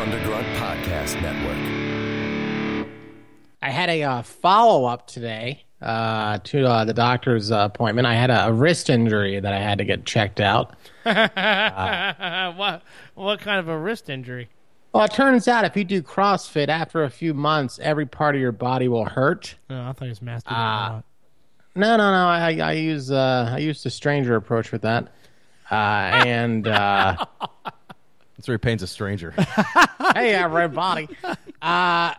Underground Podcast Network. I had a uh, follow up today uh, to uh, the doctor's uh, appointment. I had a, a wrist injury that I had to get checked out. what what kind of a wrist injury? Well, it turns out if you do CrossFit after a few months, every part of your body will hurt. No, Oh, I thought it was masturbating. a Ah. lot. No, no, no. I, I use uh, I use the stranger approach with that, uh, and uh, That's where he paints a stranger. hey, I read body. Uh,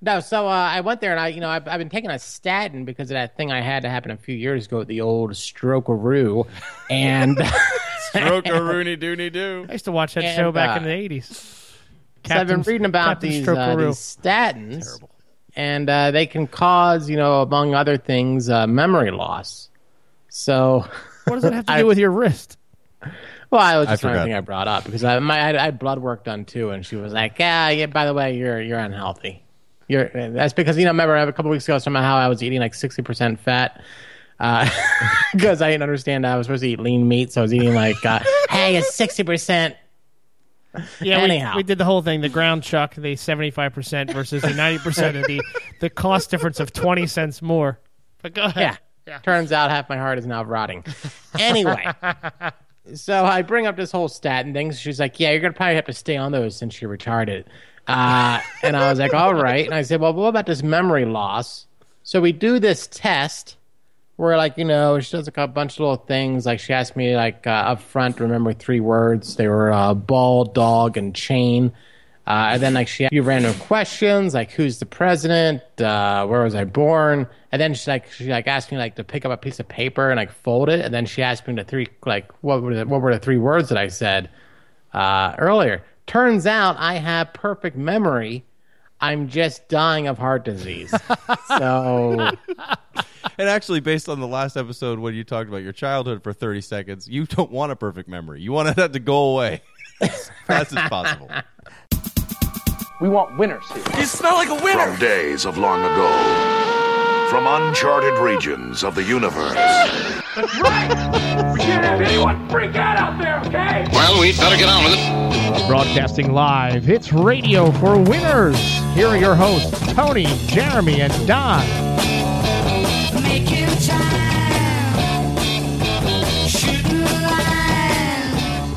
no, so uh, I went there and I, you know, I've, I've been taking a statin because of that thing I had to happen a few years ago, the old stroke-a-roo. And Stroke a rooney dooney doo. I used to watch that And, show back uh, in the eighties. so I've been reading about these, uh, these statins, and uh, they can cause, you know, among other things, uh, memory loss. So, What does it have to I- do with your wrist? well, I was I just trying to forgot. think I brought up because I, my, I, had- I had blood work done too, and she was like, "Yeah, yeah. By the way, you're you're unhealthy. You're that's because you know. Remember a couple weeks ago, somehow I was eating like sixty percent fat." Because I didn't understand that I was supposed to eat lean meat, so I was eating like, uh, hey, it's sixty percent. Yeah, we- Anyhow. we, did the whole thing: the ground chuck, the seventy-five percent versus the ninety percent of the the cost difference of twenty cents more. But go ahead. Yeah. Turns out half my heart is now rotting. Anyway, so I bring up this whole statin thing. She's like, "Yeah, you're gonna probably have to stay on those since you're retarded." Uh, and I was like, "All right." And I said, "Well, what about this memory loss?" So we do this test where, like, you know, she does like a bunch of little things. Like she asked me, like uh, up front, to remember three words. They were uh, ball, dog, and chain. Uh, and then like she asked you random questions like who's the president, uh, where was I born, and then she like she like asked me like to pick up a piece of paper and like fold it, and then she asked me the three like what were the, what were the three words that I said uh, earlier. Turns out I have perfect memory. I'm just dying of heart disease. so And actually, based on the last episode when you talked about your childhood for 30 seconds, you don't want a perfect memory. You want that to go away as fast as possible. We want winners here. From days of long ago, from uncharted regions of the universe. Well, we'd better get on with it. Broadcasting live, it's radio for winners. Here are your hosts, Tony, Jeremy, and Don. Make you time. Shooting the line.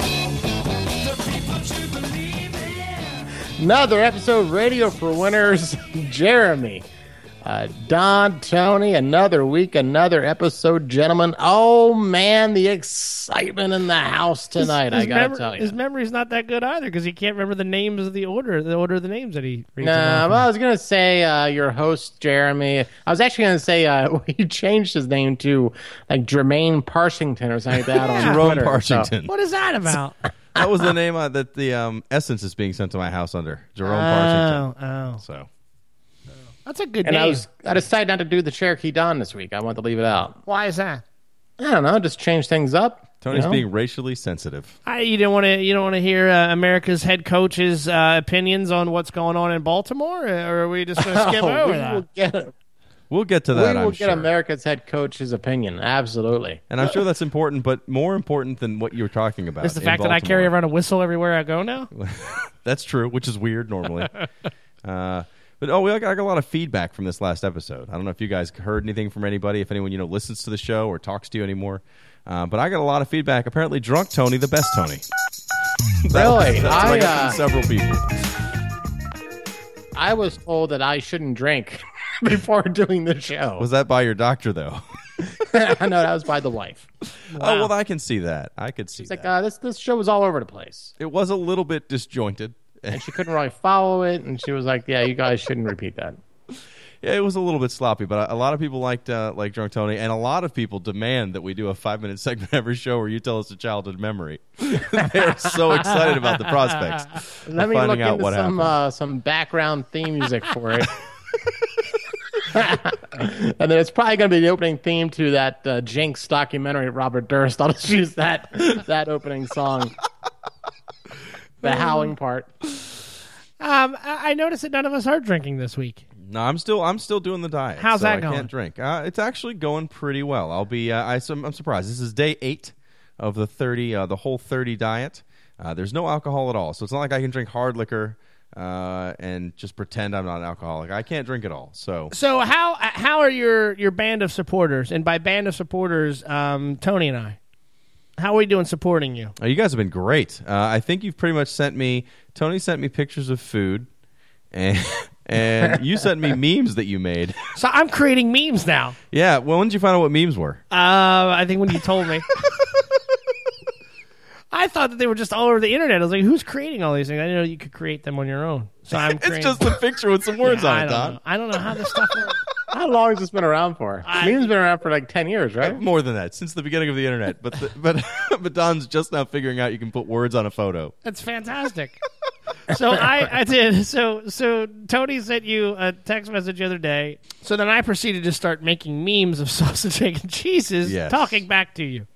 The people to believe in. another episode of Radio for Winners, Jeremy. Uh, Don, Tony, another week, another episode, gentlemen. Oh man, the excitement in the house tonight! I gotta mem- tell you. His memory's not that good either because he can't remember the names of the order, the order of the names that he reads. Nah, them Uh, well, I off was gonna say uh, your host Jeremy. I was actually gonna say uh, he changed his name to like Jermaine Parshington or something like that on Jerome Twitter, so- Parshington. of. What is that about? That was the name uh, that the um, essence is being sent to my house under. Jerome Parshington. oh, oh. So That's a good And name. I was I decided not to do the Cherokee Don this week. I want to leave it out. Why is that? I don't know, just change things up. you Tony's know? being racially sensitive. I, you don't want to. You don't want to hear uh, America's head coach's uh, opinions on what's going on in Baltimore, or are we just going to skip Oh, over we that? will get We'll get to we that. will I'm get sure. America's head coach's opinion. Absolutely. and I'm sure that's important, but more important than what you were talking about It's the in fact that I carry Baltimore. around a whistle everywhere I go now. That's true, which is weird normally. uh, but oh, we got, I got a lot of feedback from this last episode. I don't know if you guys heard anything from anybody, if anyone you know listens to the show or talks to you anymore. Uh, but I got a lot of feedback. Apparently, drunk Tony, the best Tony. That was- Really? that's what I, I, got uh, from several people. I was told that I shouldn't drink before doing the show. Was that by your doctor though? no, that was by the wife. Oh well, I can see that. I could see It's like that. uh, this this show was all over the place. it was a little bit disjointed. and she couldn't really follow it. And she was like, "Yeah, you guys shouldn't repeat that." Yeah, it was a little bit sloppy, but a a lot of people liked uh, like drunk Tony, and a lot of people demand that we do a five minute segment every show where you tell us a childhood memory. They're so excited about the prospects. of Let me finding look out into what some happened. uh, some background theme music for it. and then it's probably going to be the opening theme to that uh, Jinx documentary, Robert Durst. I'll just use that that opening song, the howling part. Um, I I noticed that none of us are drinking this week. no, I'm still I'm still doing the diet. How's so that I going? Can't drink. Uh, it's actually going pretty well. I'll be. Uh, I, I'm, I'm surprised. This is day eight of the thirty uh, the whole thirty diet. Uh, there's no alcohol at all, so it's not like I can drink hard liquor. uh, and just pretend I'm not an alcoholic. I can't drink at all. So So how how are your your band of supporters? And by band of supporters, um, Tony and I. How are we doing supporting you? Uh, you guys have been great. Uh, I think you've pretty much sent me. Tony sent me pictures of food, and and you sent me memes that you made. So I'm creating memes now. yeah. Well, when did you find out what memes were? Uh, I think when you told me. I thought that they were just all over the internet. I was like, "Who's creating all these things?" I didn't know you could create them on your own. So I'm. It's creating- just a picture with some words I on it, don't Don. know. I don't know how this stuff works. How long has this been around for? I- Meme's been around for like ten years, right? More than that, since the beginning of the internet. But the, but but Don's just now figuring out you can put words on a photo. That's fantastic. so I, I did. So so Tony sent you a text message the other day. So then I proceeded to start making memes of sausage egg and cheeses, Yes. talking back to you.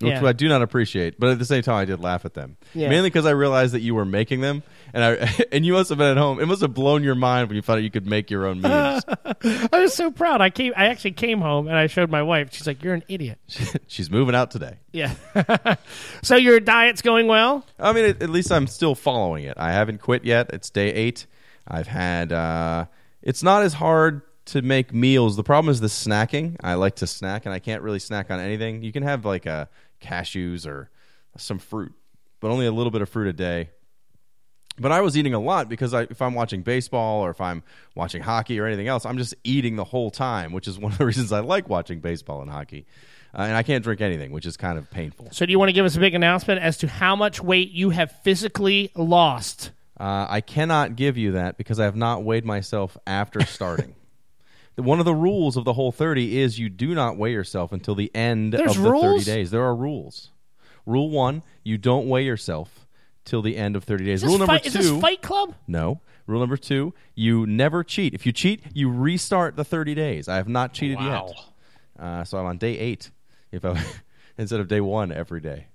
which Yeah. I do not appreciate. But at the same time, I did laugh at them Yeah. mainly because I realized that you were making them, and I and you must have been at home. It must have blown your mind when you found out you could make your own memes. I was so proud. I came. I actually came home and I showed my wife. She's like, "You're an idiot." She's moving out today. Yeah. so your diet's going well. I mean, at, at least I'm still following it. I haven't quit yet. It's day eight. I've had. Uh, it's not as hard to make meals. The problem is the snacking. I like to snack, and I can't really snack on anything. You can have like a cashews or some fruit, but only a little bit of fruit a day. But I was eating a lot because I, if I'm watching baseball or if I'm watching hockey or anything else, I'm just eating the whole time, which is one of the reasons I like watching baseball and hockey. Uh, and I can't drink anything, which is kind of painful. So do you want to give us a big announcement as to how much weight you have physically lost? Uh, I cannot give you that because I have not weighed myself after starting. One of the rules of the whole 30 is you do not weigh yourself until the end There's of the rules? 30 days. There are rules. Rule one, you don't weigh yourself till the end of 30 days. Is this Rule number fight, two, Is this Fight Club? no. Rule number two, you never cheat. If you cheat, you restart the 30 days. I have not cheated Wow. yet. Uh, so I'm on day eight if I, instead of day one every day.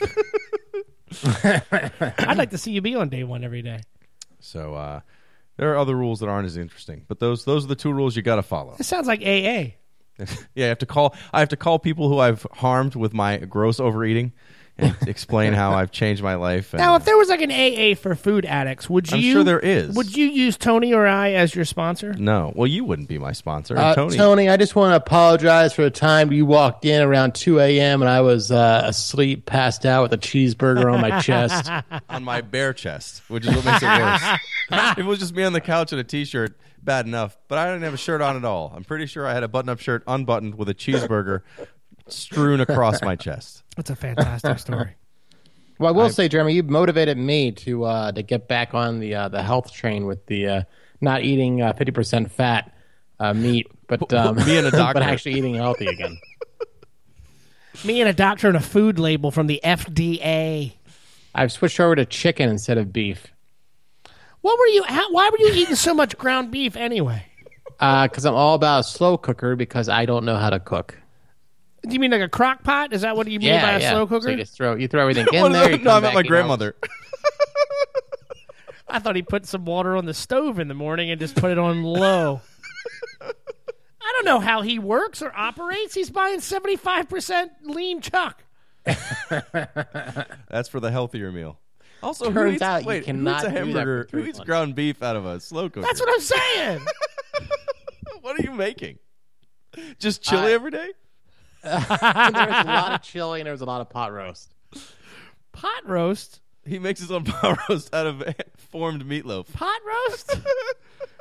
I'd like to see you be on day one every day. So uh, there are other rules that aren't as interesting, but those those are the two rules you got to follow. This sounds like AA. yeah, I have to call. I have to call people who I've harmed with my gross overeating and explain how I've changed my life. And, Now, if there was like an AA for food addicts, would you? I'm sure there is. Would you use Tony or I as your sponsor? no, well, you wouldn't be my sponsor, Uh, Tony. Tony. I just want to apologize for the time you walked in around 2 a.m. and I was uh, asleep, passed out with a cheeseburger on my chest. On my bare chest, which is what makes it worse. if it was just me on the couch in a t-shirt, bad enough. But I didn't have a shirt on at all. I'm pretty sure I had a button-up shirt unbuttoned with a cheeseburger strewn across my chest. That's a fantastic story. Well, I will say, Jeremy, you motivated me to uh, to get back on the uh, the health train with the uh, not eating uh, 50% fat uh, meat, but um, me and a doctor. but actually eating healthy again. Me and a doctor and a food label from the FDA. I've switched over to chicken instead of beef What were you? How, why were you eating so much ground beef anyway? because uh, I'm all about a slow cooker because I don't know how to cook. Do you mean like a crock pot? Is that what you mean by a slow So cooker? you just throw you throw everything One in of there. the- you no, come I'm at back, my you know, grandmother. I thought he put some water on the stove in the morning and just put it on low. I don't know how he works or operates. He's buying 75% lean chuck. That's for the healthier meal. Also, who Turns eats, out you wait, cannot do who eats that a for hamburger? Who three eats months. ground beef out of a slow cooker? That's what I'm saying. What are you making? Just chili every day? There was a lot of chili and there was a lot of pot roast. Pot roast? He makes his own pot roast out of formed meatloaf. Pot roast?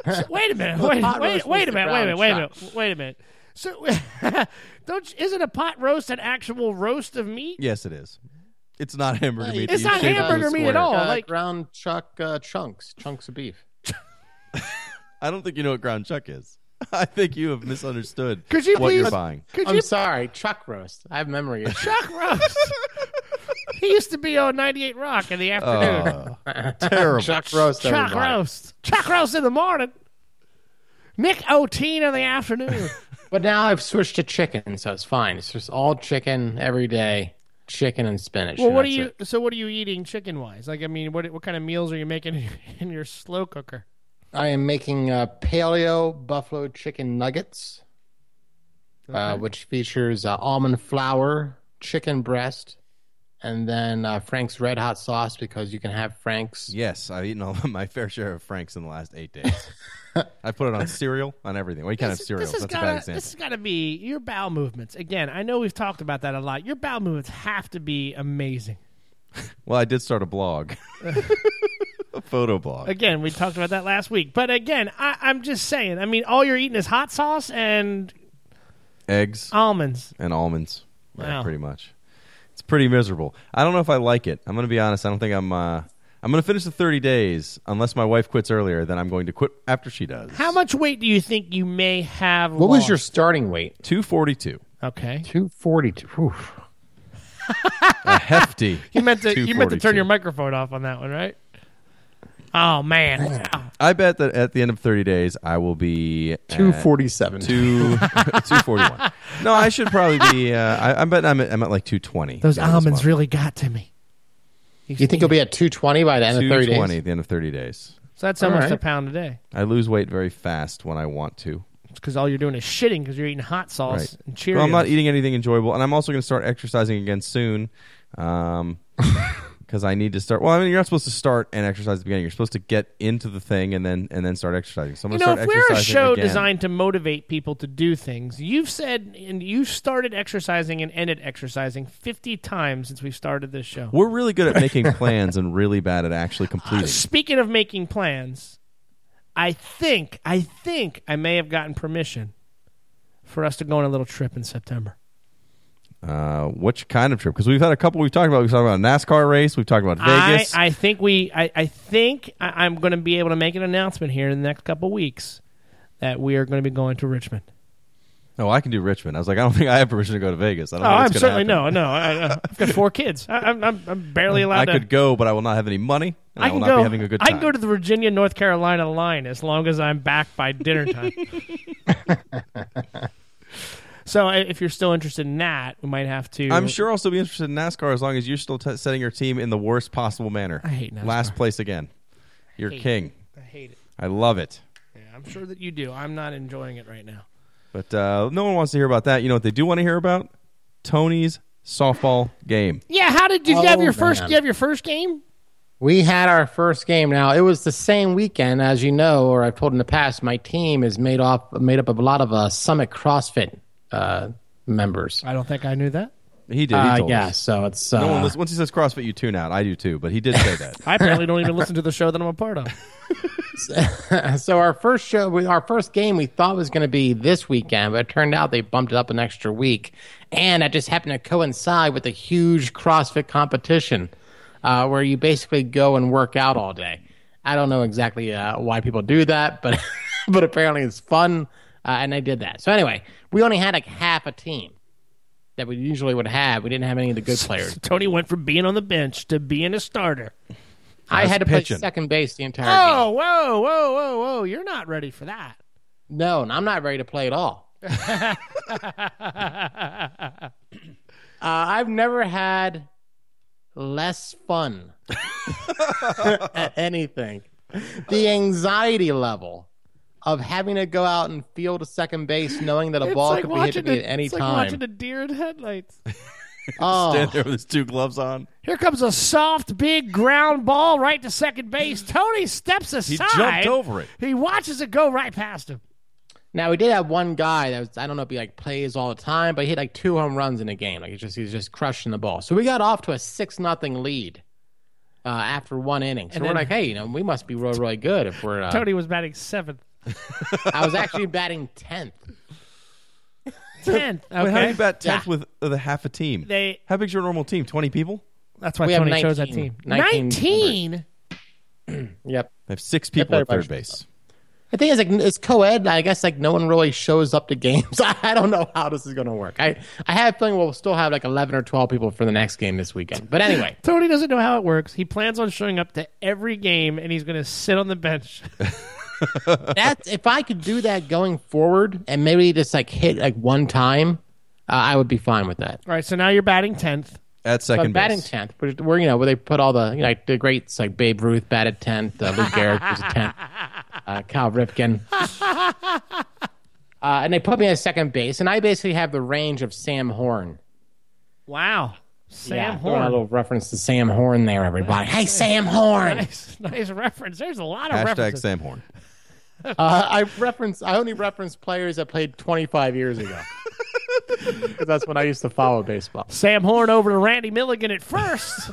So- wait a minute. Wait, pot wait, roast wait a was the minute. Wait a minute. brown Wait a minute. Wait a minute. So, don't you- isn't a pot roast an actual roast of meat? Yes, it is. It's not hamburger meat. It's not that you shape into a hamburger meat at square. all. uh, like- ground chuck uh, chunks, chunks of beef. I don't think you know what ground chuck is. I think you have misunderstood Could you what you're please- buying. Could I'm you sorry, chuck roast. I have memory issues. chuck roast? he used to be on 98 Rock in the afternoon. Oh, terrible. chuck roast. Chuck everybody. roast. Chuck roast in the morning. Nick O'Teen in the afternoon. But now I've switched to chicken, so it's fine. It's just all chicken every day, chicken and spinach. well, and what are that's you? it. So, what are you eating chicken wise? Like, I mean, what what kind of meals are you making in your, in your slow cooker? I am making uh, paleo buffalo chicken nuggets, uh, which features uh, almond flour, chicken breast, and then uh, Frank's Red Hot Sauce because you can have Frank's. Yes, I've eaten all my fair share of Franks in the last eight days. I put it on cereal, on everything. Well, you can't have cereal. This That's has a bad got example. this has got to be your bowel movements. Again, I know we've talked about that a lot. Your bowel movements have to be amazing. Well, I did start a blog, a photo blog. Again, we talked about that last week. But again, I, I'm just saying. I mean, all you're eating is hot sauce and Eggs almonds. and almonds. Yeah, Oh. Wow. pretty much. It's pretty miserable. I don't know if I like it. I'm going to be honest. I don't think I'm. Uh, I'm going to finish the 30 days unless my wife quits earlier. Then I'm going to quit after she does. How much weight do you think you may have? What was your lost? starting weight? 242. okay? Two forty-two. A hefty. You meant to you meant to turn 242. your microphone off on that one, right? Oh man, Wow. I bet that at the end of 30 days I will be at Two forty-seven. two 241. No, I should probably be. Uh, I, I bet I'm at, I'm at like 220. those by this almonds month. really got to me. You think you'll be at two twenty by the end of thirty 220 days? at the end of 30 days. So that's almost All right. a pound a day. I lose weight very fast when I want to. It's because all you're doing is shitting because you're eating hot sauce Right. and Cheerios. Well, I'm not eating anything enjoyable, and I'm also going to start exercising again soon, um, because I need to start. Well, I mean, you're not supposed to start and exercise at the beginning. You're supposed to get into the thing and then and then start exercising. So I'm You gonna know, if start we're a exercising show again. designed to motivate people to do things, you've said and you've started exercising and ended exercising 50 times since we started this show. we're really good at making plans and really bad at actually completing. Speaking of making plans, I think I think I may have gotten permission for us to go on a little trip in September. Uh, which kind of trip? Because we've had a couple. We've talked about. We've talked about a NASCAR race. We've talked about Vegas. I, I think we I, I think I, I'm going to be able to make an announcement here in the next couple weeks that we are going to be going to Richmond. oh, I can do Richmond. I was like, I don't think I have permission to go to Vegas. I don't Oh, think I'm it's gonna certainly no, happen. no. I, I- I've got four kids. I, I'm, I'm I'm barely allowed I to. could go, but I will not have any money. And I, I can will not go. be having a good time. I can go to the Virginia North Carolina line as long as I'm back by dinner time. so i- if you're still interested in that, we might have to. I'm sure I'll still be interested in NASCAR as long as you're still t- setting your team in the worst possible manner. I hate NASCAR. Last place again. You're hate king. I hate it. I love it. Yeah, I'm sure that you do. I'm not enjoying it right now. But uh, no one wants to hear about that. You know what they do want to hear about? Tony's softball game. Yeah, how did, did you have Oh, your first? man. You have your first game? We had our first game. Now it was the same weekend, as you know, or I've told in the past. My team is made off made up of a lot of uh, Summit CrossFit uh, members. I don't think I knew that. He did. He Uh, told yeah, us. so it's uh, No one listens. Once he says CrossFit, you tune out. I do too, but he did say that. I apparently don't even listen to the show that I'm a part of. so our first show, we- our first game, we thought was going to be this weekend, but it turned out they bumped it up an extra week, and that just happened to coincide with a huge CrossFit competition, uh, where you basically go and work out all day. I don't know exactly uh, why people do that, but but apparently it's fun, uh, and they did that. So anyway, we only had like half a team that we usually would have. We didn't have any of the good players. Tony went from being on the bench to being a starter. I had to pitching. play second base the entire game. Oh, whoa, whoa, whoa, whoa! You're not ready for that. No, and I'm not ready to play at all. uh, Uh, I've never had less fun at anything. The anxiety level of having to go out and field a second base, knowing that a ball could be hit at me at any it's time. like watching a deer in headlights. Stand oh, there with his two gloves on. Here comes a soft, big ground ball right to second base. Tony steps aside. jumped over it. He watches it go right past him. now we did have one guy that was I don't know if he like plays all the time, but he hit like two home runs in a game. Like he's just he's just crushing the ball. So we got off to a six nothing lead. Uh, after one inning, so we're then- like, "Hey, you know, we must be really, really good if we're uh, Tony was batting seventh, I was actually batting tenth. tenth. Wait, how do Okay, you bat tenth Yeah. with with a half a team? They- how big's your normal team? Twenty people. that's why We have Tony chose that 19. 19 team. Nineteen. Yep. They have six people better at third bunch. base. I think it's like it's co-ed. I guess like no one really shows up to games. I don't know how this is going to work. I I have a feeling we'll still have like eleven or twelve people for the next game this weekend. But anyway, Tony doesn't know how it works. He plans on showing up to every game, and he's going to sit on the bench. that's if I could do that going forward and maybe just like hit like one time, uh, I would be fine with that. All right, so now you're batting tenth. At But second batting base. tenth, but where you know where they put all the you know, like the greats like Babe Ruth batted tenth, uh, Lou Gehrig was tenth, uh, Cal Ripken, uh, and they put me at second base, and I basically have the range of Sam Horn. Wow. Sam yeah, throwing Horn. A little reference to Sam Horn there, everybody. Hey, Sam Horn. Nice, nice reference. There's a lot of Hashtag references. Sam Horn. Uh, I reference. I only reference players that played 25 years ago. 'Cause that's when I used to follow baseball. Sam Horn over to Randy Milligan at first.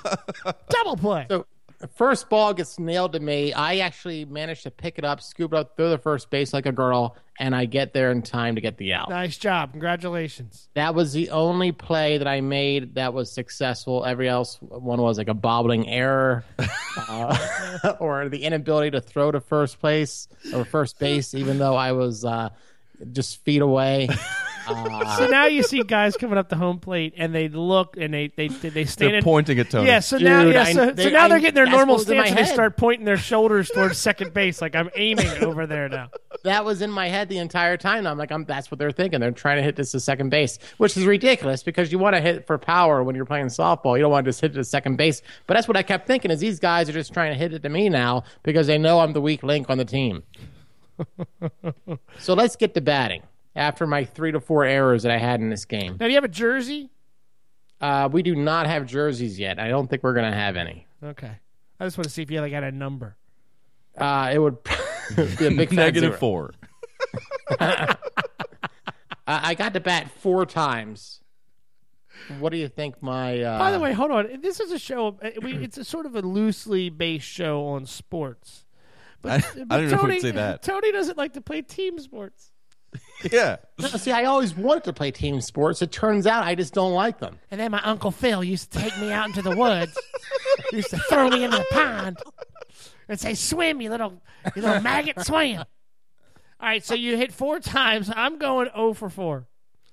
Double play. So first ball gets nailed to me. I actually managed to pick it up, scoop it up, throw the first base like a girl, and I get there in time to get the out. nice job. Congratulations. That was the only play that I made that was successful. Every else one was like a bobbling error, uh, or the inability to throw to first place or first base, even though I was uh, just feet away. So now you see guys coming up the home plate and they look and they they they, they stand They're in- pointing at Tony. Yeah, so now Dude, yeah, I- so, so they- now they're I- getting their that's normal what was in my stance and they head. start pointing their shoulders towards second base like I'm aiming over there now. that was in my head the entire time. I'm like, I'm, that's what they're thinking. They're trying to hit this to second base, which is ridiculous because you want to hit for power when you're playing softball. You don't want to just hit it to second base. But that's what I kept thinking is these guys are just trying to hit it to me now because they know I'm the weak link on the team. so let's get to batting after my three to four errors that I had in this game. Now do you have a jersey? Uh, we do not have jerseys yet. I don't think we're going to have any. Okay. I just want to see if you like had a number. Uh, it would be a big fat Negative zero. four. Uh, I got to bat four times. What do you think my? Uh, By the way, hold on. This is a show. uh, We, it's a sort of a loosely based show on sports. I, I don't But even know if Tony, I'd say that. Tony doesn't like to play team sports, Yeah. See, I always wanted to play team sports. It turns out I just don't like them. and then my uncle Phil used to take me out into the woods, used to throw me into the pond, and say, "Swim, you little, you little maggot, swim." All right, so you hit four times. I'm going zero for four.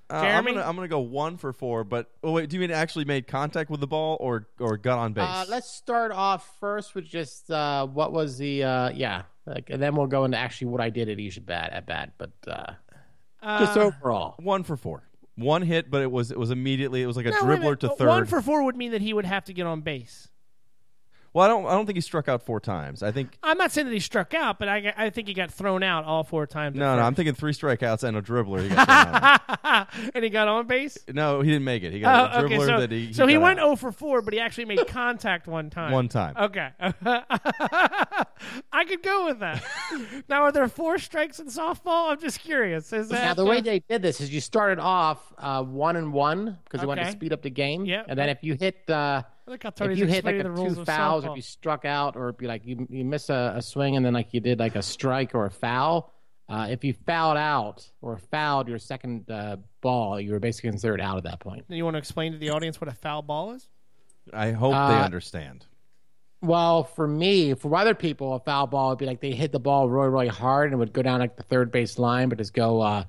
Uh, I'm Jeremy? gonna I'm gonna go one for four. But oh wait, do you mean actually made contact with the ball or or got on base? Uh, let's start off first with just uh, what was the uh, yeah, like, and then we'll go into actually what I did at each bat at bat, but uh, just Uh, overall. one for four. One hit, but it was it was immediately it was like a No, wait a dribbler minute. to Uh, third. One for four would mean that he would have to get on base. well, I don't I don't think he struck out four times. I think I'm not saying that he struck out, but I, got- I think he got thrown out all four times. at no no I'm thinking three strikeouts and a dribbler. He got thrown out. and he got on base. no, he didn't make it. He got Oh, a dribbler okay, so, that he, so he got went out. 0 for 4, but he actually made contact one time. One time. Okay. I could go with that. now, are there four strikes in softball? I'm just curious. Is that Now the way they did this is you started off uh, one and one because you wanted to Okay. speed up the game, Yep. and then if you hit uh, I like how if Tony's you hit like explaining a the rules two of fouls, if softball. you struck out, or if you like you you miss a, a swing and then like you did like a strike or a foul, uh, if you fouled out or fouled your second uh, ball, you were basically considered out at that point. you want to explain to the audience what a foul ball is? I hope they Uh, understand. Well, for me, for other people, a foul ball would be like they hit the ball really, really hard and it would go down like the third base line, but just go uh,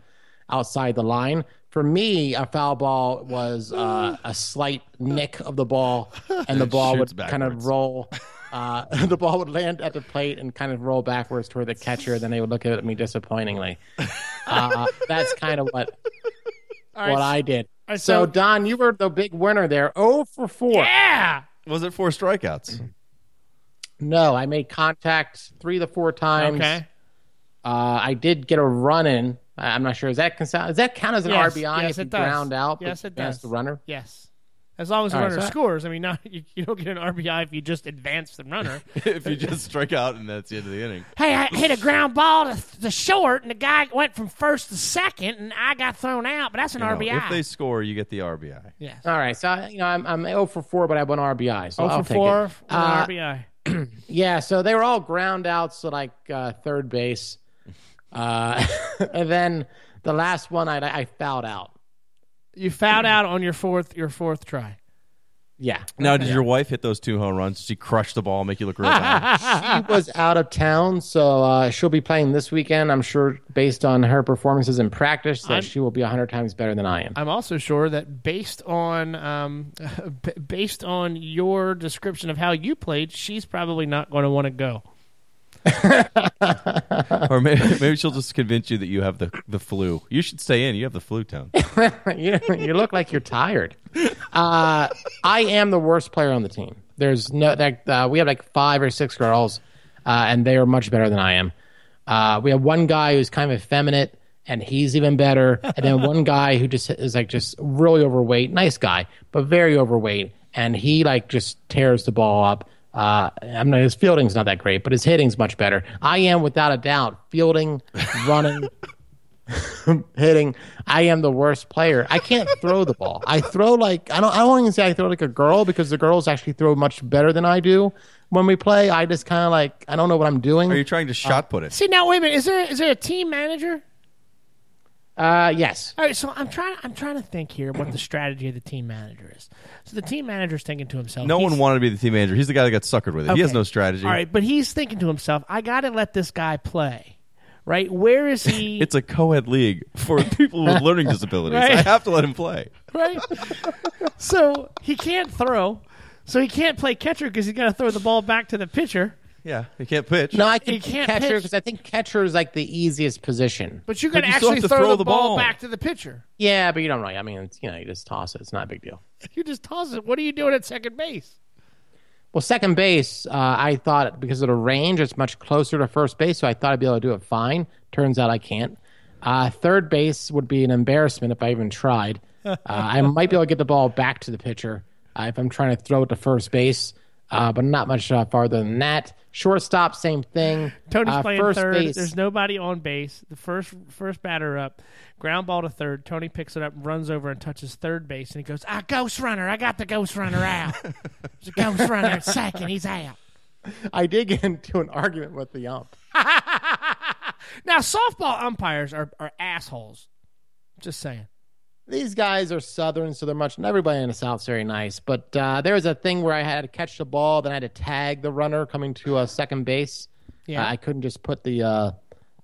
outside the line. For me, a foul ball was uh, a slight nick of the ball, and the ball shoots would kind of backwards. roll. Uh, the ball would land at the plate and kind of roll backwards toward the catcher. Then they would look at me disappointingly. Uh, that's kind of what All what right. I did. All right, so, so- Don, you were the big winner there. Oh for four. yeah. Was it four strikeouts? No, I made contact three to four times. Okay. Uh, I did get a run in. I- I'm not sure. Is that cons- does that count as an Yes, RBI yes, if you it does. ground out? but Yes, it advance does. The runner. Yes. As long as the All right, runner so I- scores. I mean, not, you, you don't get an RBI if you just advance the runner. if you just strike out and that's the end of the inning. hey, I hit a ground ball to the short, and the guy went from first to second, and I got thrown out. But that's an No, if they score, you get the RBI. yes. All right, so I- you know I'm I'm 0 for four, but I won RBI. So I'll Oh for take four, it. with an Uh, RBI. yeah, so they were all ground outs to like uh, third base, uh, and then the last one I I fouled out. You fouled out on your fourth, your fourth try. Yeah, Now, did your wife hit those two home runs? Did she crush the ball, make you look real bad? she was out of town, so uh, she'll be playing this weekend. I'm sure, based on her performances in practice, that I'm- she will be hundred times better than I am. I'm also sure that based on, um, b- based on your description of how you played, she's probably not going to want to go. or maybe, maybe she'll just convince you that you have the, the flu. You should stay in. You have the flu tone. you, you look like you're tired. Uh, I am the worst player on the team. There's no that uh, we have like five or six girls, uh, and they are much better than I am. Uh, we have one guy who's kind of effeminate, and he's even better. And then one guy who just is like just really overweight, nice guy, but very overweight, and he like just tears the ball up. Uh, I mean, his fielding's not that great, but his hitting's much better. I am, without a doubt, fielding, running, hitting. I am the worst player. I can't throw the ball. I throw like I don't. I don't even say I throw like a girl because the girls actually throw much better than I do. When we play, I just kind of like I don't know what I'm doing. Are you trying to shot put it? See now, wait a minute. Is there is there a team manager? uh, yes, All right, so I'm trying. I'm trying to think here what the strategy of the team manager is. So the team manager's thinking to himself. No he's- one wanted to be the team manager. He's the guy that got suckered with it. He has Okay. no strategy. All right, but he's thinking to himself, I got to let this guy play. Right? Where is he? It's a co-ed league for people with learning disabilities. Right. I have to let him play. right? so he can't throw. So he can't play catcher because he's got to throw the ball back to the pitcher. Yeah, he can't pitch. no, I You think can't catcher pitch. because I think catcher is like the easiest position. But you're going But to you still actually have to throw, throw the, the ball ball. back to the pitcher. Yeah, but you don't really. I mean, it's, you know, you just toss it. It's not a big deal. You just toss it. What are you doing at second base? Well, second base, uh, I thought because of the range, it's much closer to first base, so I thought I'd be able to do it fine. Turns out I can't. Uh, third base would be an embarrassment if I even tried. Uh, I might be able to get the ball back to the pitcher uh, if I'm trying to throw it to first base, uh, but not much uh, farther than that. Shortstop, same thing. Tony's Uh, playing third. There's nobody on base. The first first batter up, ground ball to third. Tony picks it up, runs over and touches third base, and he goes, "Ah, ghost runner! I got the ghost runner out. There's a ghost runner at second. He's out." I did get into an argument with the ump. Now, softball umpires are, are assholes. Just saying. these guys are southern, so they're much. And everybody in the south's very nice, but uh, there was a thing where I had to catch the ball, then I had to tag the runner coming to uh, second base. Yeah. Uh, I couldn't just put the uh,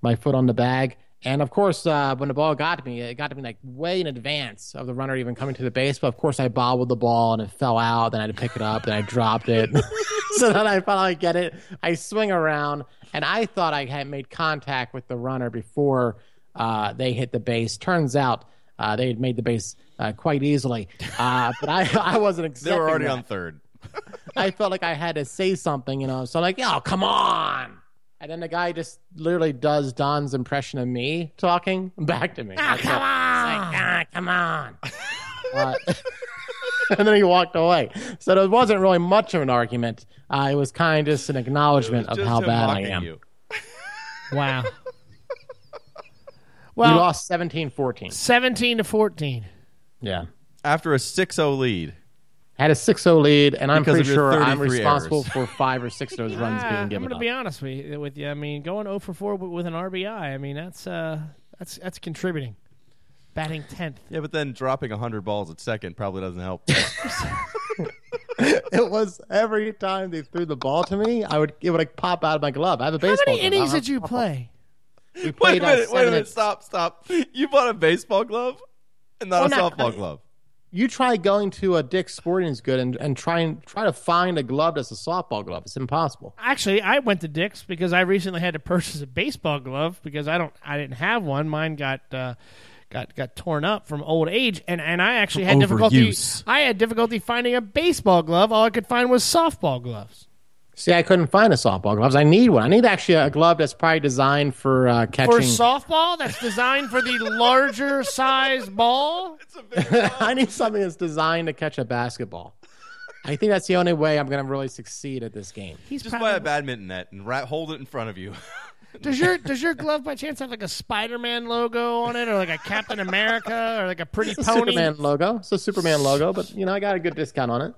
my foot on the bag, and of course, uh, when the ball got to me, it got to me like way in advance of the runner even coming to the base. But of course, I bobbled the ball and it fell out. Then I had to pick it up, then I dropped it. so then I finally get it. I swing around, and I thought I had made contact with the runner before uh, they hit the base. Turns out uh, they had made the base uh, quite easily, uh, but I, I wasn't they expecting. were already that. on third. I felt like I had to say something, you know. So like, oh, come on. And then the guy just literally does Don's impression of me talking back to me. That's it. He's like, Ah, come on. Uh, and then he walked away. So there wasn't really much of an argument. Uh, it was kind of just an acknowledgement of Just how him bad I mocking am. you. Wow. We well, lost 17 14. 17 to 14. Yeah. After a 6-0 lead. Had a 6 0 lead, and I'm Because of pretty your sure I'm 33 responsible errors. for five or six of those runs Uh, being I'm given going to up. be honest with you, with you. I mean, going 0 for 4 with with an RBI, I mean, that's uh, that's that's contributing. Batting 10th. Yeah, but then dropping 100 balls at second probably doesn't help. it was every time they threw the ball to me, I would it would like pop out of my glove. I have a How baseball. many glove. innings I don't did you play? have- We wait a played uh, minute, wait a seven minute. innings. Stop, stop. You bought a baseball glove and not a Well, not- softball glove. You try going to a Dick's Sporting Goods and and try and try to find a glove that's a softball glove. It's impossible. Actually, I went to Dick's because I recently had to purchase a baseball glove because I don't I didn't have one. Mine got uh, got got torn up from old age, and, and I actually had difficulty. overuse. I had difficulty finding a baseball glove. All I could find was softball gloves. See, I couldn't find a softball glove. I need one. I need actually a glove that's probably designed for uh, For catching. softball, that's designed for the larger size ball. I need something that's designed to catch a basketball. I think that's the only way I'm going to really succeed at this game. He's Just buy a badminton net and wrap, hold it in front of you. Does your does your glove by chance have like a Spider-Man logo on it, or like a Captain America, or like a pretty It's a pony? Superman logo. It's a Superman logo, but you know I got a good discount on it.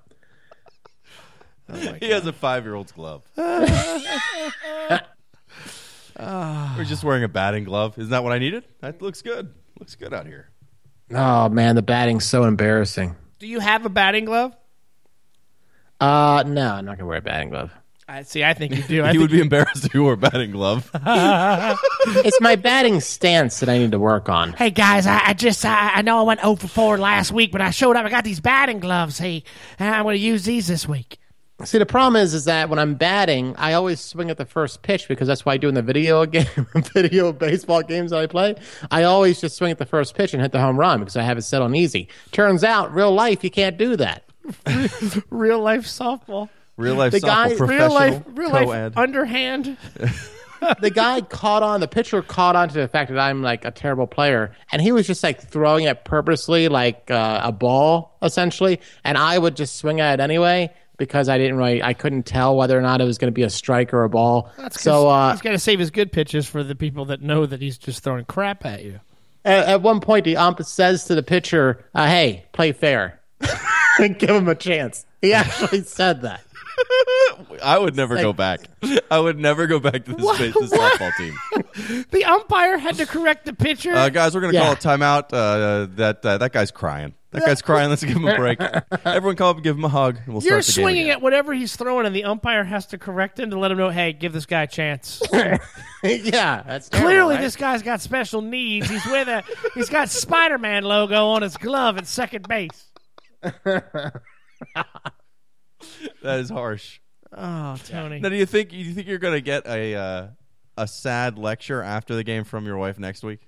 he has a five-year-old's glove. We're just wearing a batting glove. Isn't that what I needed? That looks good. Looks good out here. Oh man, the batting's so embarrassing. Do you have a batting glove? Uh, no, I'm not gonna wear a batting glove. I see. I think you do. I he think would be embarrassed if he wore a batting glove. it's my batting stance that I need to work on. Hey guys, I, I just I, I know I went 0 for 4 last week, but I showed up. I got these batting gloves. Hey, and I'm going to use these this week. See, the problem is, is that when I'm batting, I always swing at the first pitch because that's why I do in the video game, video baseball games that I play. I always just swing at the first pitch and hit the home run because I have it set on easy. Turns out, real life, you can't do that. Real life softball. Real life The guy- softball real professional Real life, real life co-ed. underhand. the guy caught on, the pitcher caught on to the fact that I'm like a terrible player, and he was just like throwing it purposely, like uh, a ball essentially, and I would just swing at it anyway because I didn't really, I couldn't tell whether or not it was going to be a strike or a ball. so uh, he's got to save his good pitches for the people that know that he's just throwing crap at you. at, at one point, the ump says to the pitcher, uh, "Hey, play fair, and give him a chance." He actually said that. I would never go back. I would never go back to this, What- bit- this what? softball team. The umpire had to correct the pitcher. Uh, guys, we're gonna call Yeah. a timeout. Uh, Uh, that uh, that guy's crying. That guy's crying. Let's give him a break. Everyone, call up and give him a hug, and we'll You're start the game. swinging again. at whatever he's throwing, and the umpire has to correct him to let him know, hey, give this guy a chance. yeah, that's terrible, Clearly, right? this guy's got special needs. He's with a he's got Spider Man logo on his glove at second base. That is harsh. Oh, Tony. Now, do you think you think you're gonna get a uh, a sad lecture after the game from your wife next week?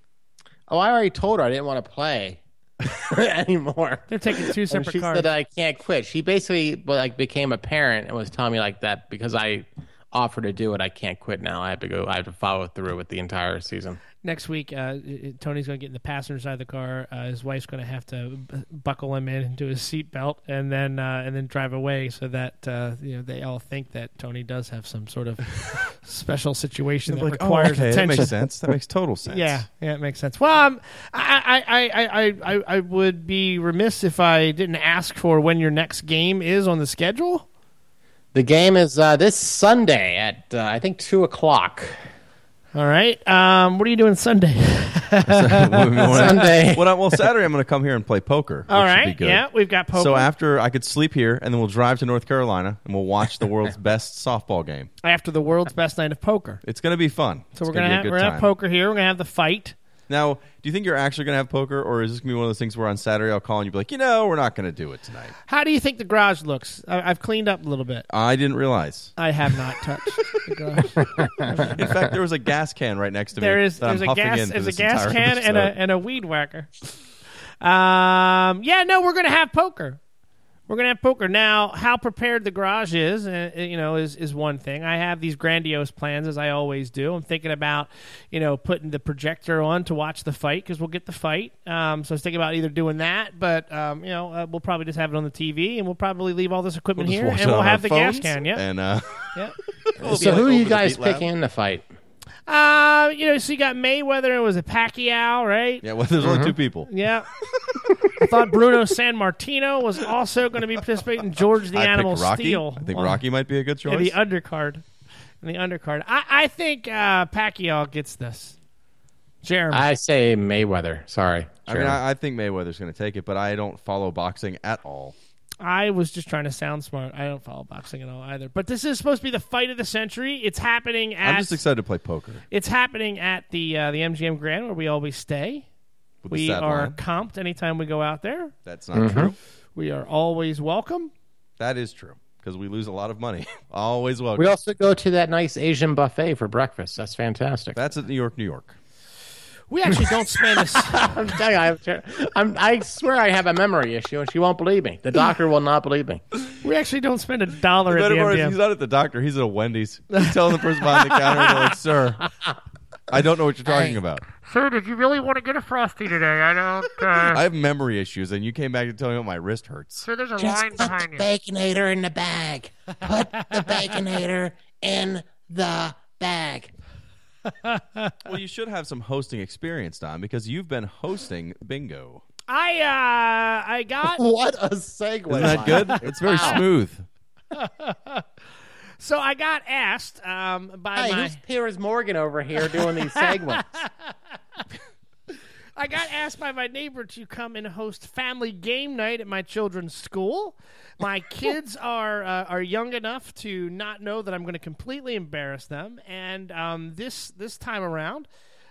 Oh, I already told her I didn't want to play anymore. They're taking two And separate she cards. said that I can't quit. She basically like became a parent and was telling me like that because I offered to do it. I can't quit now. I have to go. I have to follow through with the entire season. Next week, uh, Tony's going to get in the passenger side of the car. Uh, his wife's going to have to b- buckle him in into his seatbelt and then uh, and then drive away so that uh, you know they all think that Tony does have some sort of special situation that requires oh, okay, that attention. makes sense. That makes total sense. Yeah, yeah, it makes sense. Well, um, I, I, I, I, I, I would be remiss if I didn't ask for when your next game is on the schedule. The game is uh, this Sunday at uh, I think two o'clock. All right. Um, what are you doing Sunday? Sunday. well, I- well, Saturday I'm going to come here and play poker. All which should be right. good. Yeah, we've got poker. So after I could sleep here, and then we'll drive to North Carolina and we'll watch the world's best softball game. after the world's best night of poker. It's going to be fun. So It's we're gonna be a have good we're gonna have time. poker here. We're gonna have the fight. Now, do you think you're actually going to have poker, or is this going to be one of those things where on Saturday I'll call and you'll be like, you know, we're not going to do it tonight? How do you think the garage looks? I, I've cleaned up a little bit. I didn't realize. I have not touched the garage. In fact, there was a gas can right next to There me. is that I'm there's a huffing gas in for there's a this gas entire can and a episode. and a weed whacker. Um, yeah, no, we're gonna have poker. We're gonna have poker now. How prepared the garage is, uh, you know, is is one thing. I have these grandiose plans as I always do. I'm thinking about, you know, putting the projector on to watch the fight because we'll get the fight. Um, so I was thinking about either doing that, but um, you know, uh, we'll probably just have it on the TV and we'll probably leave all this We'll equipment just here watch it and we'll on our have the gas phones, can. Yeah, And uh, yeah. so who are over you the guys beat lap. picking in the fight? Uh, you know, so you got Mayweather. It was a Pacquiao, right? yeah, well, there's only Mm-hmm. two people. Yeah. I thought Bruno San Martino was also going to be participating. George the I Animal picked Rocky. Steel. I think on Rocky might be a good in choice. the undercard. In the undercard. I, I think uh, Pacquiao gets this. Jeremy. I say Mayweather. Sorry. I mean, I, I think Mayweather's going to take it, but I don't follow boxing at all. I was just trying to sound smart. I don't follow boxing at all either. But this is supposed to be the fight of the century. It's happening I'm at just excited to play poker. it's happening at the uh, the MGM Grand where we always stay. With We the stat are line. comped anytime we go out there. That's not true. We are always welcome. That is true because we lose a lot of money. Always welcome. we also go to that nice Asian buffet for breakfast. That's fantastic. That's at New York, New York. We actually don't spend a s- I'm telling you, I'm, ter- I'm, I swear I have a memory issue, and she won't believe me. The doctor will not believe me. We actually don't spend a dollar The at the better part is MGM. he's not at the doctor. He's at a Wendy's. He's telling the person behind the counter, they're like, "Sir, I don't know what you're talking about. Sir, did you really want to get a frosty today? I don't. Uh, I have memory issues, and you came back to tell me what my wrist hurts." sir, there's a line behind you. baconator in the bag. Put the baconator in the bag. Well, you should have some hosting experience, Don, because you've been hosting bingo. I uh, I got What a segue! Isn't that good? It's very smooth. so I got asked um by Hey, my who's Piers Morgan over here doing these segments? I got asked by my neighbor to come and host family game night at my children's school. My kids are uh, are young enough to not know that I'm going to completely embarrass them, and um, this this time around,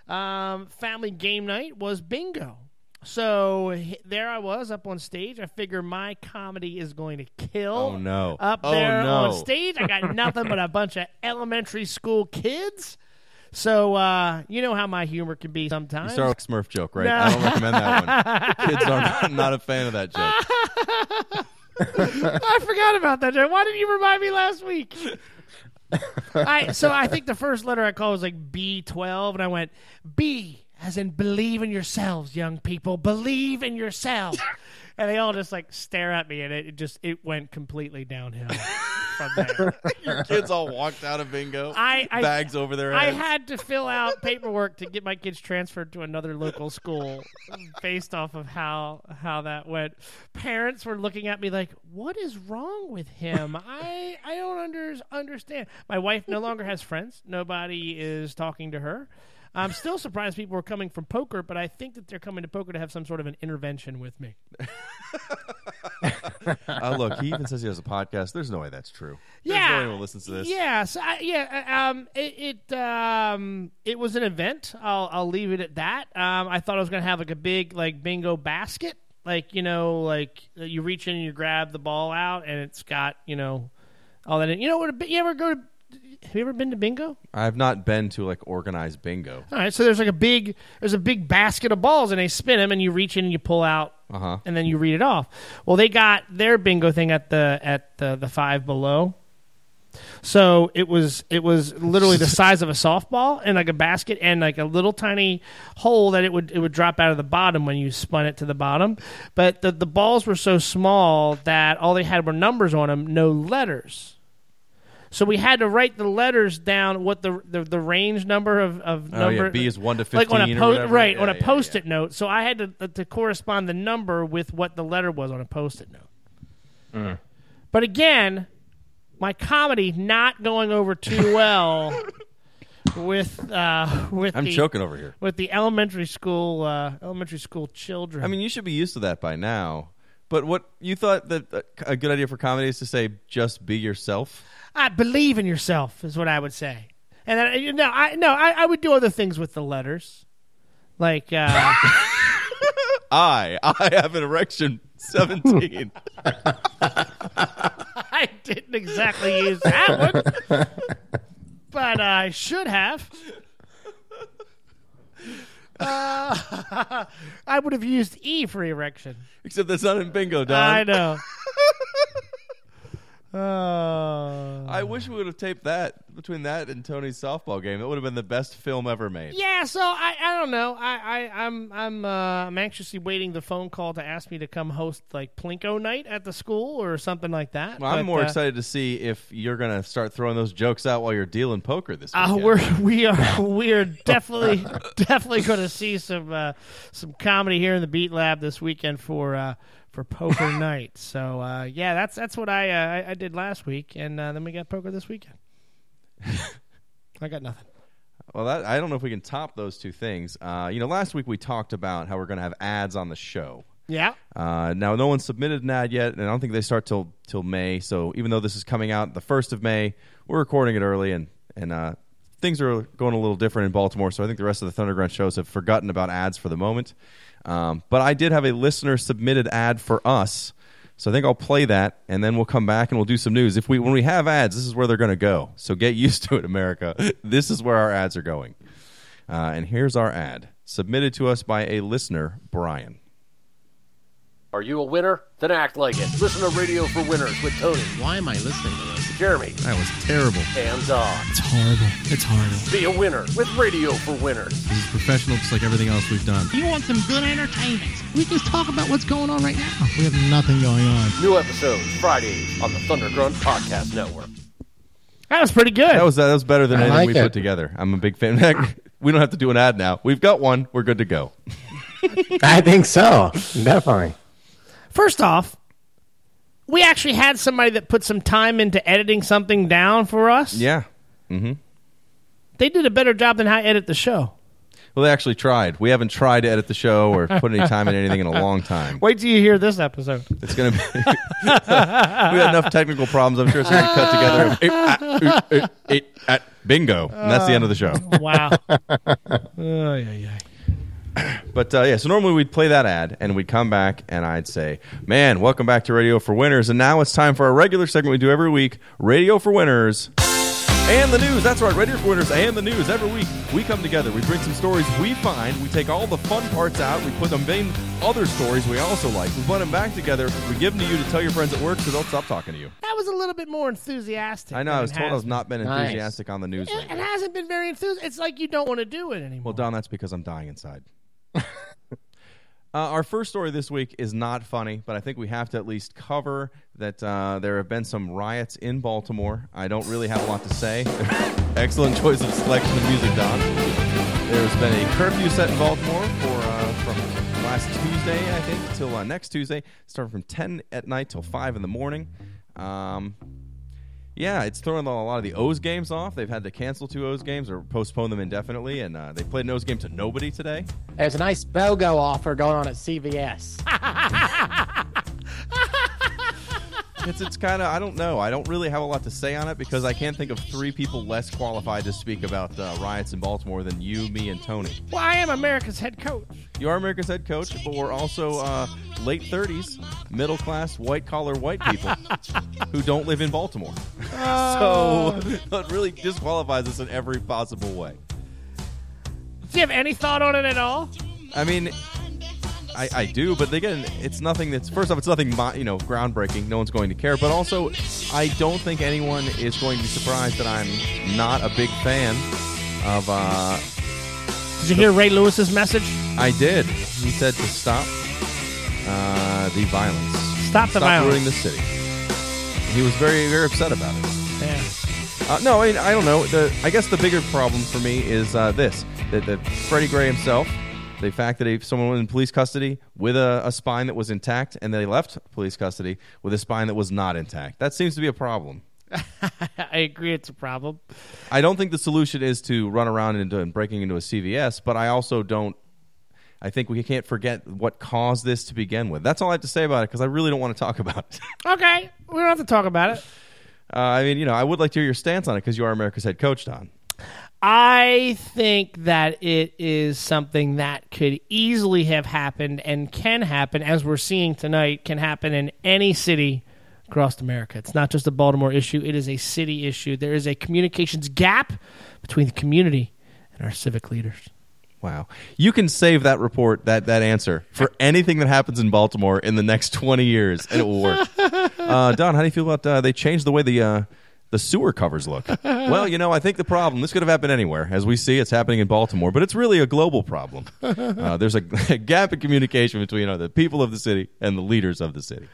um, family game night was bingo. So h- there I was up on stage. I figure my comedy is going to kill. Oh, no. Up Oh, there on no. stage, I got nothing but a bunch of elementary school kids. So uh, you know how my humor can be sometimes. Start with Smurf joke, right? I don't recommend that one. Kids are not, not a fan of that joke. I forgot about that. Jerry. Why didn't you remind me last week? I so I think the first letter I called was like B twelve, and I went B as in believe in yourselves, young people, believe in yourselves. And they all just like stare at me, and it, it just it went completely downhill from there. Your kids all walked out of bingo. I, I bags over their I heads. had to fill out paperwork to get my kids transferred to another local school based off of how how that went. Parents were looking at me like, "What is wrong with him?" I I don't under, understand. My wife no longer has friends. Nobody is talking to her. I'm still surprised people were coming from poker, but I think that they're coming to poker to have some sort of an intervention with me. Oh, look, he even says he has a podcast. There's no way that's true. There's no yeah, way anyone listens to this. Yeah, so I, yeah, uh, um, it it, um, it was an event. I'll I'll leave it at that. Um, I thought I was gonna have like a big like bingo basket, like you know, like you reach in and you grab the ball out, and it's got you know all that. in- You know what? a bi- You ever go to? Have you ever been to bingo? I've not been to like organized bingo. All right, so there's like a big there's a big basket of balls, and they spin them, and you reach in and you pull out, Uh-huh. and then you read it off. Well, they got their bingo thing at the at the, the five below, so it was it was literally the size of a softball and like a basket and like a little tiny hole that it would it would drop out of the bottom when you spun it to the bottom, but the the balls were so small that all they had were numbers on them, no letters. So we had to write the letters down. What the the, the range number of of Oh, yeah, number B is 1 to like on a 15 or post whatever. right Yeah, on a yeah, yeah. post-it note. So I had to to correspond the number with what the letter was on a post-it note. But again, my comedy not going over too well with uh, with I'm the, choking over here. with the elementary school uh, elementary school children. I mean, you should be used to that by now. But what you thought that uh, a good idea for comedy is to say just be yourself? I believe in yourself is what I would say. And then, you know, I no, I, I would do other things with the letters, like uh, I I have an erection 17. I didn't exactly use that one, but I should have. Uh, I would have used E for erection. Except that's not in bingo, Don. I know. Oh. I wish we would have taped that between that and Tony's softball game. That would have been the best film ever made. Yeah, so I, I don't know. I, I I'm I'm uh, I'm anxiously waiting the phone call to ask me to come host like Plinko night at the school or something like that. Well, I'm But, more uh, excited to see if you're going to start throwing those jokes out while you're dealing poker this weekend. Uh, we're we are we are definitely definitely going to see some uh, some comedy here in the Beat Lab this weekend for uh, for poker night. So uh, yeah, that's that's what I, uh, I I did last week, and uh, then we got poker this weekend. I got nothing. Well, that, I don't know if we can top those two things. Uh, you know, last week we talked about how we're going to have ads on the show. Yeah, Uh, now, no one submitted an ad yet, and I don't think they start till till May. So, even though this is coming out the first of May, we're recording it early, and and uh, things are going a little different in Baltimore. So, I think the rest of the Thunderground shows have forgotten about ads for the moment. Um, but I did have a listener submitted ad for us, so I think I'll play that, and then we'll come back and we'll do some news. If we when we have ads, this is where they're going to go. So get used to it, America. this is where our ads are going. Uh, and here's our ad submitted to us by a listener, Brian. Are you a winner? Then act like it. Listen to Radio for Winners with Tony, Why am I listening to this? Jeremy, That was terrible. and Don. It's horrible. It's horrible. Be a winner with Radio for Winners. This is professional, just like everything else we've done. You want some good entertainment? We just talk about what's going on right now. We have nothing going on. New episodes Fridays on the Thunder Grunt Podcast Network. that was pretty good. That was that was better than I anything like we it. put together. I'm a big fan. Heck, we don't have to do an ad now. We've got one. We're good to go. I think so. Definitely. First off, we actually had somebody that put some time into editing something down for us. Yeah. They did a better job than I edit the show. Well, they actually tried. We haven't tried to edit the show or put any time in anything in a long time. Wait till you hear this episode. It's gonna be. we had enough technical problems. I'm sure it's gonna be cut together. It- ah, ooh, it- it- ah, bingo, and that's the end of the show. Wow. Oh, yeah, yeah. But uh, yeah, so normally we'd play that ad and we'd come back and I'd say, "Man, welcome back to Radio for Winners." And now it's time for our regular segment we do every week, Radio for Winners. And the news. That's right, Radio Winners and the news. Every week, we come together. We bring some stories we find. We take all the fun parts out. We put them in other stories we also like. We put them back together. We give them to you to tell your friends at work so they'll stop talking to you. That was a little bit more enthusiastic. I know. than I was it told has I've not been Nice. enthusiastic on the news. been. It, lately. it hasn't been very enthusiastic. It's like you don't want to do it anymore. Well, Don, that's because I'm dying inside. Uh, our first story this week is not funny, but I think we have to at least cover that uh, there have been some riots in Baltimore. I don't really have a lot to say. Excellent choice of selection of music, Don. There's been a curfew set in Baltimore for uh, from last Tuesday, I think, till uh, next Tuesday, starting from 10 at night till 5 in the morning. Um, yeah, it's throwing a lot of the O's games off. They've had to cancel two O's games or postpone them indefinitely, and uh, they played an O's game to nobody today. There's a nice BOGO offer going on at CVS. It's it's kind of I don't know. I don't really have a lot to say on it because I can't think of three people less qualified to speak about uh, riots in Baltimore than you, me, and Tony. well, I am America's head coach. You are America's head coach, but we're also uh, late thirties, middle class, white collar white people who don't live in Baltimore. so it really disqualifies us in every possible way. Do you have any thought on it at all? I mean, I, I do, but again, it's nothing that's first off, it's nothing mo- you know groundbreaking. No one's going to care, but also, I don't think anyone is going to be surprised that I'm not a big fan of. Uh, Did you hear Ray Lewis's message? I did. He said to stop uh, the violence. Stop the violence. ruining the city. He was very very upset about it. Yeah. Uh, no, I, I don't know. The, I guess the bigger problem for me is uh, this: that, that Freddie Gray himself, the fact that he, someone was in police custody with a, a spine that was intact, and they left police custody with a spine that was not intact. That seems to be a problem. I agree it's a problem. I don't think the solution is to run around and, and breaking into a CVS, but I also don't. I think we can't forget what caused this to begin with. That's all I have to say about it because I really don't want to talk about it. Okay, we don't have to talk about it. Uh, I mean, you know, I would like to hear your stance on it because you are America's head coach, Don. I think that it is something that could easily have happened and can happen, as we're seeing tonight, can happen in any city across America. It's not just a Baltimore issue, it is a city issue. There is a communications gap between the community and our civic leaders. Wow. You can save that report, that, that answer, for anything that happens in Baltimore in the next 20 years, and it will work. uh, Don, how do you feel about uh, they changed the way the, uh, the sewer covers look? well, you know, I think the problem, this could have happened anywhere. As we see, it's happening in Baltimore, but it's really a global problem. Uh, there's a, a gap in communication between uh, the people of the city and the leaders of the city.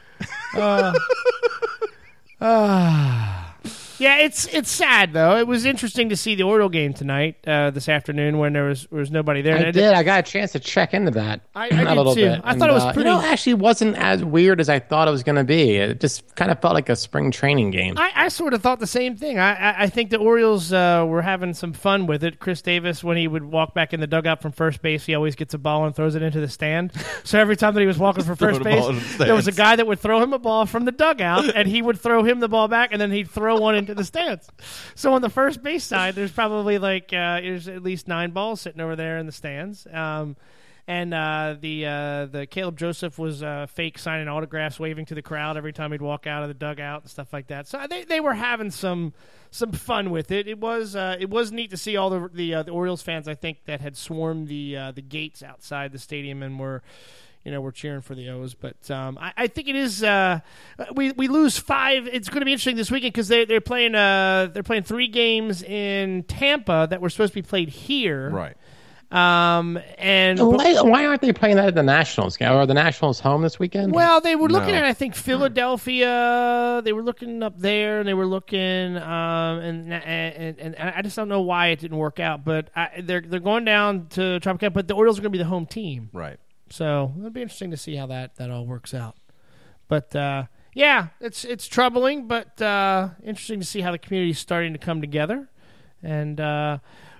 Yeah, it's it's sad though. It was interesting to see the Oriole game tonight, uh, this afternoon, when there was there was nobody there. And I it- did. I got a chance to check into that I- I a did little too. bit. I thought it was uh, you pretty- know, actually wasn't as weird as I thought it was going to be. It just kind of felt like a spring training game. I, I sort of thought the same thing. I, I, I think the Orioles uh, were having some fun with it. Chris Davis, when he would walk back in the dugout from first base, he always gets a ball and throws it into the stand. So every time that he was walking from Throw first the ball base, into the there was a stands. guy that would throw him a ball from the dugout, and he would throw him the ball back, and then he'd throw one into the stands. So on the first base side, there's probably like uh, there's at least nine balls sitting over there in the stands. Um, and uh, the uh, the Caleb Joseph was uh, fake signing autographs, waving to the crowd every time he'd walk out of the dugout and stuff like that. So uh, they, they were having some some fun with it. It was uh, it was neat to see all the the, uh, the Orioles fans. I think that had swarmed the uh, the gates outside the stadium and were you know, we're cheering for the O's. But um, I, I think it is uh, we we lose five. It's going to be interesting this weekend because they they're playing uh, they're playing three games in Tampa that were supposed to be played here. Right. Um, and Why, why aren't they playing that at the Nationals? game? Are the Nationals home this weekend? well, they were looking No. at I think Philadelphia. They were looking up there, and they were looking, um, and, and and and I just don't know why it didn't work out. But I, they're they're going down to Tropicana, but the Orioles are going to be the home team. Right. So it'll be interesting to see how that, that all works out. But uh, yeah, it's it's troubling, but uh, interesting to see how the community's starting to come together. And uh,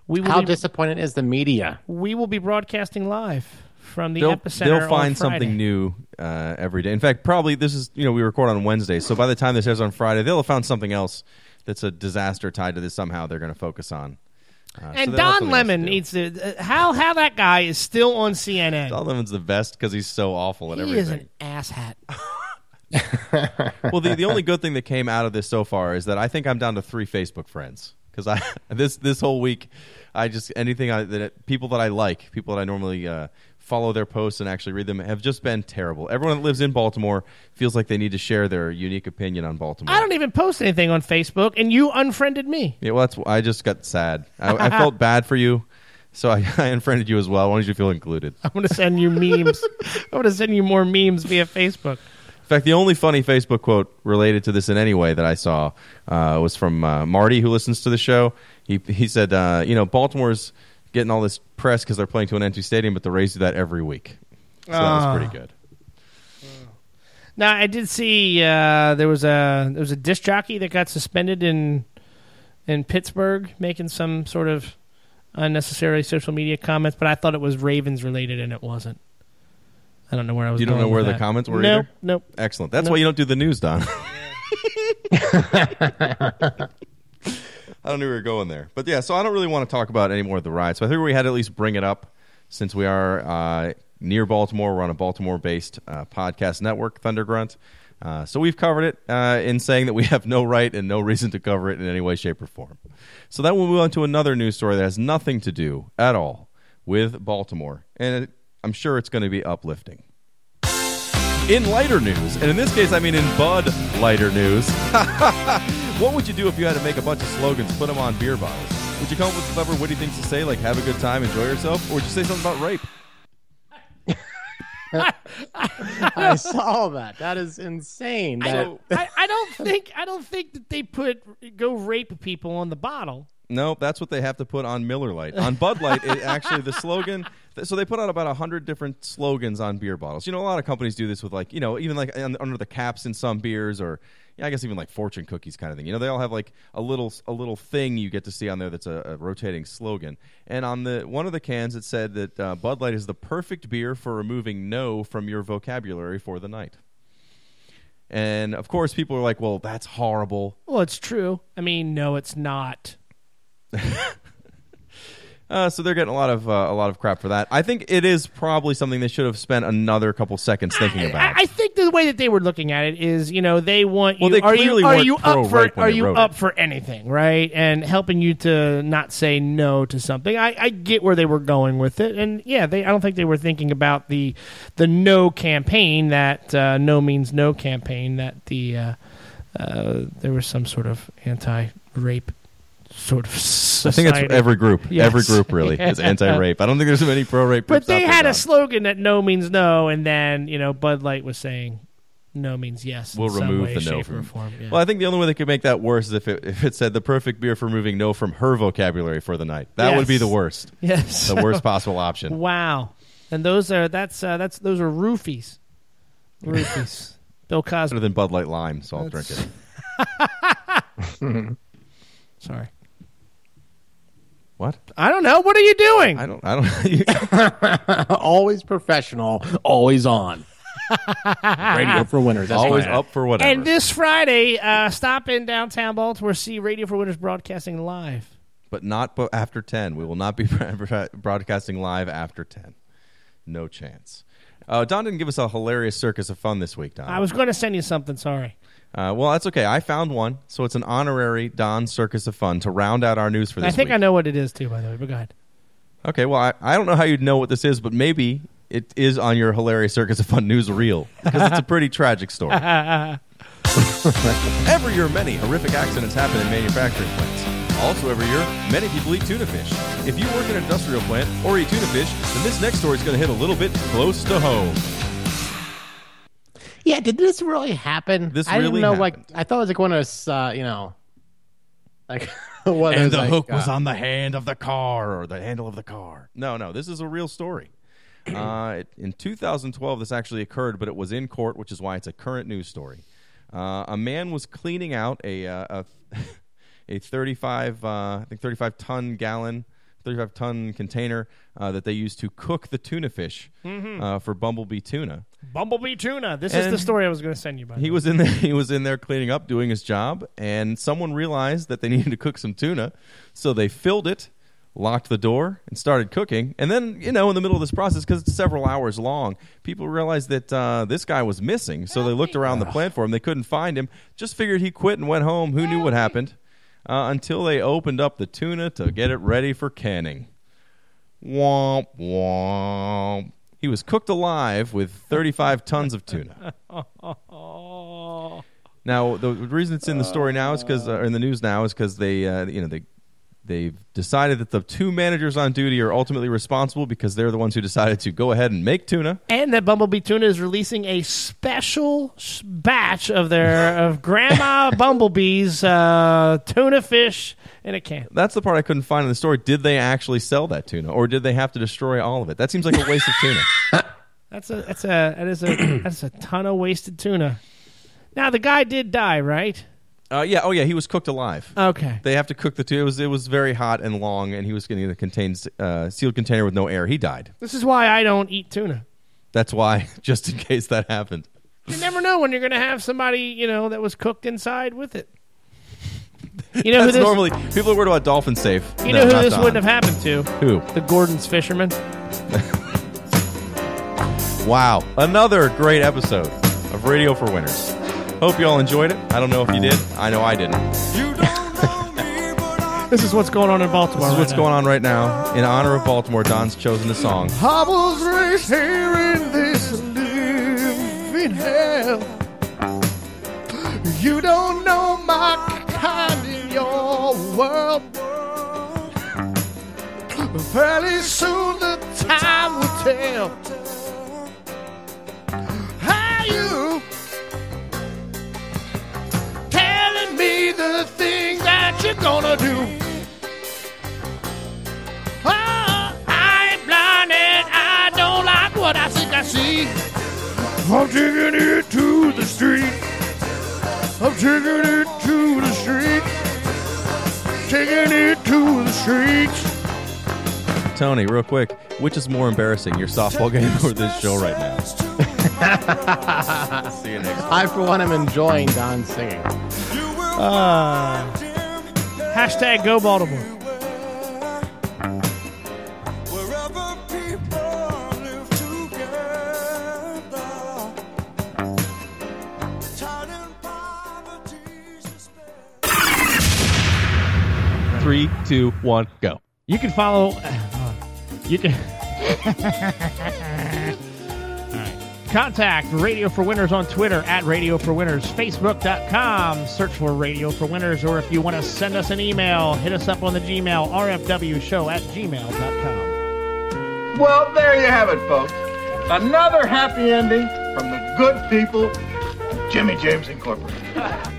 we will how be, disappointed is the media? we will be broadcasting live from the they'll, epicenter. they'll on Friday. find something new uh, every day. In fact, probably this is you know we record on Wednesday, so by the time this airs on Friday, they'll have found something else that's a disaster tied to this. Somehow they're going to focus on. Uh, so And they'll Don have something else to Lemon do. needs to uh, how how that guy is still on CNN. Don Lemon's the best because he's so awful at he is everything. an asshat. well, the, the only good thing that came out of this so far is that I think I'm down to three Facebook friends. because I this this whole week, I just anything I, that people that I like, people that I normally uh, follow their posts and actually read them have just been terrible. Everyone that lives in Baltimore feels like they need to share their unique opinion on Baltimore. I don't e- even post anything on Facebook, and you unfriended me. Yeah, well, that's I just got sad. I, I felt bad for you, so I, I unfriended you as well. I wanted you to feel included. I'm gonna send you memes. I'm gonna send you more memes via Facebook. In fact, the only funny Facebook quote related to this in any way that I saw uh, was from uh, Marty, who listens to the show. He he said, uh, you know, Baltimore's getting all this press because they're playing to an empty stadium, but the Rays do that every week. So that was pretty good. Now I did see uh, there was a there was a disc jockey that got suspended in in Pittsburgh making some sort of unnecessary social media comments, but I thought it was Ravens related and it wasn't. I don't know where I was. You don't going know where with the that. comments were Nope, either? nope. Excellent. That's why you don't do the news, Don. I don't know where we were going there, but yeah. So I don't really want to talk about any more of the riots. So I think we had to at least bring it up since we are uh, near Baltimore. We're on a Baltimore-based uh, podcast network, Thundergrunt. Uh, so we've covered it uh, in saying that we have no right and no reason to cover it in any way, shape, or form. So then we'll move on to another news story that has nothing to do at all with Baltimore, and it, I'm sure it's going to be uplifting in lighter news, and in this case, I mean in Bud lighter news. what would you do if you had to make a bunch of slogans, put them on beer bottles? Would you come up with clever, witty things to say, like "Have a good time, enjoy yourself," or would you say something about rape? I saw that. That is insane. That- So- I, I don't think I don't think that they put go rape people on the bottle. No, that's what they have to put on Miller Lite. On Bud Light, it actually the slogan. th- So they put out about hundred different slogans on beer bottles. You know, a lot of companies do this with like you know even like un- under the caps in some beers, or yeah, I guess even like fortune cookies kind of thing. You know, they all have like a little s- a little thing you get to see on there that's a, a rotating slogan. And on the one of the cans, it said that uh, Bud Light is the perfect beer for removing "no" from your vocabulary for the night. And of course, people are like, "Well, that's horrible." Well, it's true. I mean, no, it's not. Uh, so they're getting a lot of uh, a lot of crap for that. I think it is probably something they should have spent another couple seconds thinking I, about. I think the way that they were looking at it is, you know, they want you. Well, they are clearly you are weren't you up for pro-rape when are they you wrote up it. for anything, right? And helping you to not say no to something. I, I get where they were going with it, and yeah, they. I don't think they were thinking about the the no campaign that uh, no means no campaign that the uh, uh, there was some sort of anti rape sort of. I Society. think that's every group. Yes. Every group really is anti-rape. I don't think there's many pro-rape. But groups out they there, had Don. a slogan that no means no, and then you know Bud Light was saying no means yes. We'll in some remove way, the no shape, from. or form. Yeah. Well, I think the only way they could make that worse is if it, if it said the perfect beer for removing no from her vocabulary for the night. That would be Yes. the worst, yes. the worst possible option. wow. And those are that's uh, that's those are roofies. Roofies. Bill Better Cosby. than Bud Light Lime, so I'll drink it. Sorry. What? I don't know. What are you doing? I don't. I don't. always professional, always on. Radio for winners. That's always my- up for whatever. and this Friday, uh, stop in downtown Baltimore. See Radio for Winners broadcasting live. but not bo- after 10. We will not be broadcasting live after 10. No chance. Uh, Don didn't give us a hilarious circus of fun this week, Don. I was going to send you something. Sorry. uh, well, that's okay. I found one, so it's an honorary Don Circus of Fun to round out our news for I this think week. I know what it is too. By the way, but go ahead. Okay, well, I, I don't know how you'd know what this is, but maybe it is on your hilarious circus of fun news reel because it's a pretty tragic story. every year, many horrific accidents happen in manufacturing plants. Also, every year, many people eat tuna fish. If you work in an industrial plant or eat tuna fish, then this next story is going to hit a little bit close to home. Yeah, did this really happen? This I didn't really know. happened. Like, I thought it was like one of those, uh, you know, like one of those, like, uh, on the hand of the car or the handle of the car. No, no, this is a real story. uh, it- in 2012, this actually occurred, but it was in court, which is why it's a current news story. Uh, a man was cleaning out a uh, a, a 35, uh, I think 35 ton gallon, 35 ton container uh, that they used to cook the tuna fish uh, for bumblebee tuna. Bumblebee tuna. This is And- the story I was going to send you. By the He way. was in there. He was in there cleaning up, doing his job, and someone realized that they needed to cook some tuna, so they filled it, locked the door, and started cooking. And then, you know, in the middle of this process, because it's several hours long, people realized that uh, this guy was missing. So they looked around the plant for him. They couldn't find him. Just figured he quit and went home. Who knew what happened? uh, until they opened up the tuna to get it ready for canning. Womp womp. He was cooked alive with 35 tons of tuna. Now, the reason it's in the story now is because, uh, in the news now, is because they, uh, you know, they they've decided that the two managers on duty are ultimately responsible because they're the ones who decided to go ahead and make tuna. and that Bumblebee Tuna is releasing a special s- batch of their of Grandma Bumblebee's uh, tuna fish in a can. That's the part I couldn't find in the story. Did they actually sell that tuna, or did they have to destroy all of it? That seems like a waste of tuna. That's a that's a that is a that's a ton of wasted tuna. Now the guy did die, right? Uh, yeah. Oh, yeah. He was cooked alive. Okay. they have to cook the tuna. It was it was very hot and long, and he was getting a contained uh, sealed container with no air. He died. This is why I don't eat tuna. That's why, just in case that happened. You never know when you're going to have somebody you know that was cooked inside with it. You know who That's this? normally people are worried about dolphin safe. you No, know who not this Don. wouldn't have happened to? Who? The Gordon's fisherman. Wow. Another great episode of Radio for Winners. Hope you all enjoyed it. I don't know if you did. I know I didn't. This is what's going on in Baltimore. This is what's going on right now. In honor of Baltimore, Don's chosen a song. Oh, Tony, real quick, which is more embarrassing, your softball game or this show right now? See you next. I, for one, am enjoying Don singing. Hashtag Go Baltimore. Three, two, one, go. You can follow. uh, You can. Contact Radio for Winners on Twitter at Radio for Winners, Facebook.com, search for Radio for Winners, or if you want to send us an email, hit us up on the Gmail, rfwshow at gmail.com. Well, there you have it, folks. Another happy ending from the good people of Jimmy James Incorporated.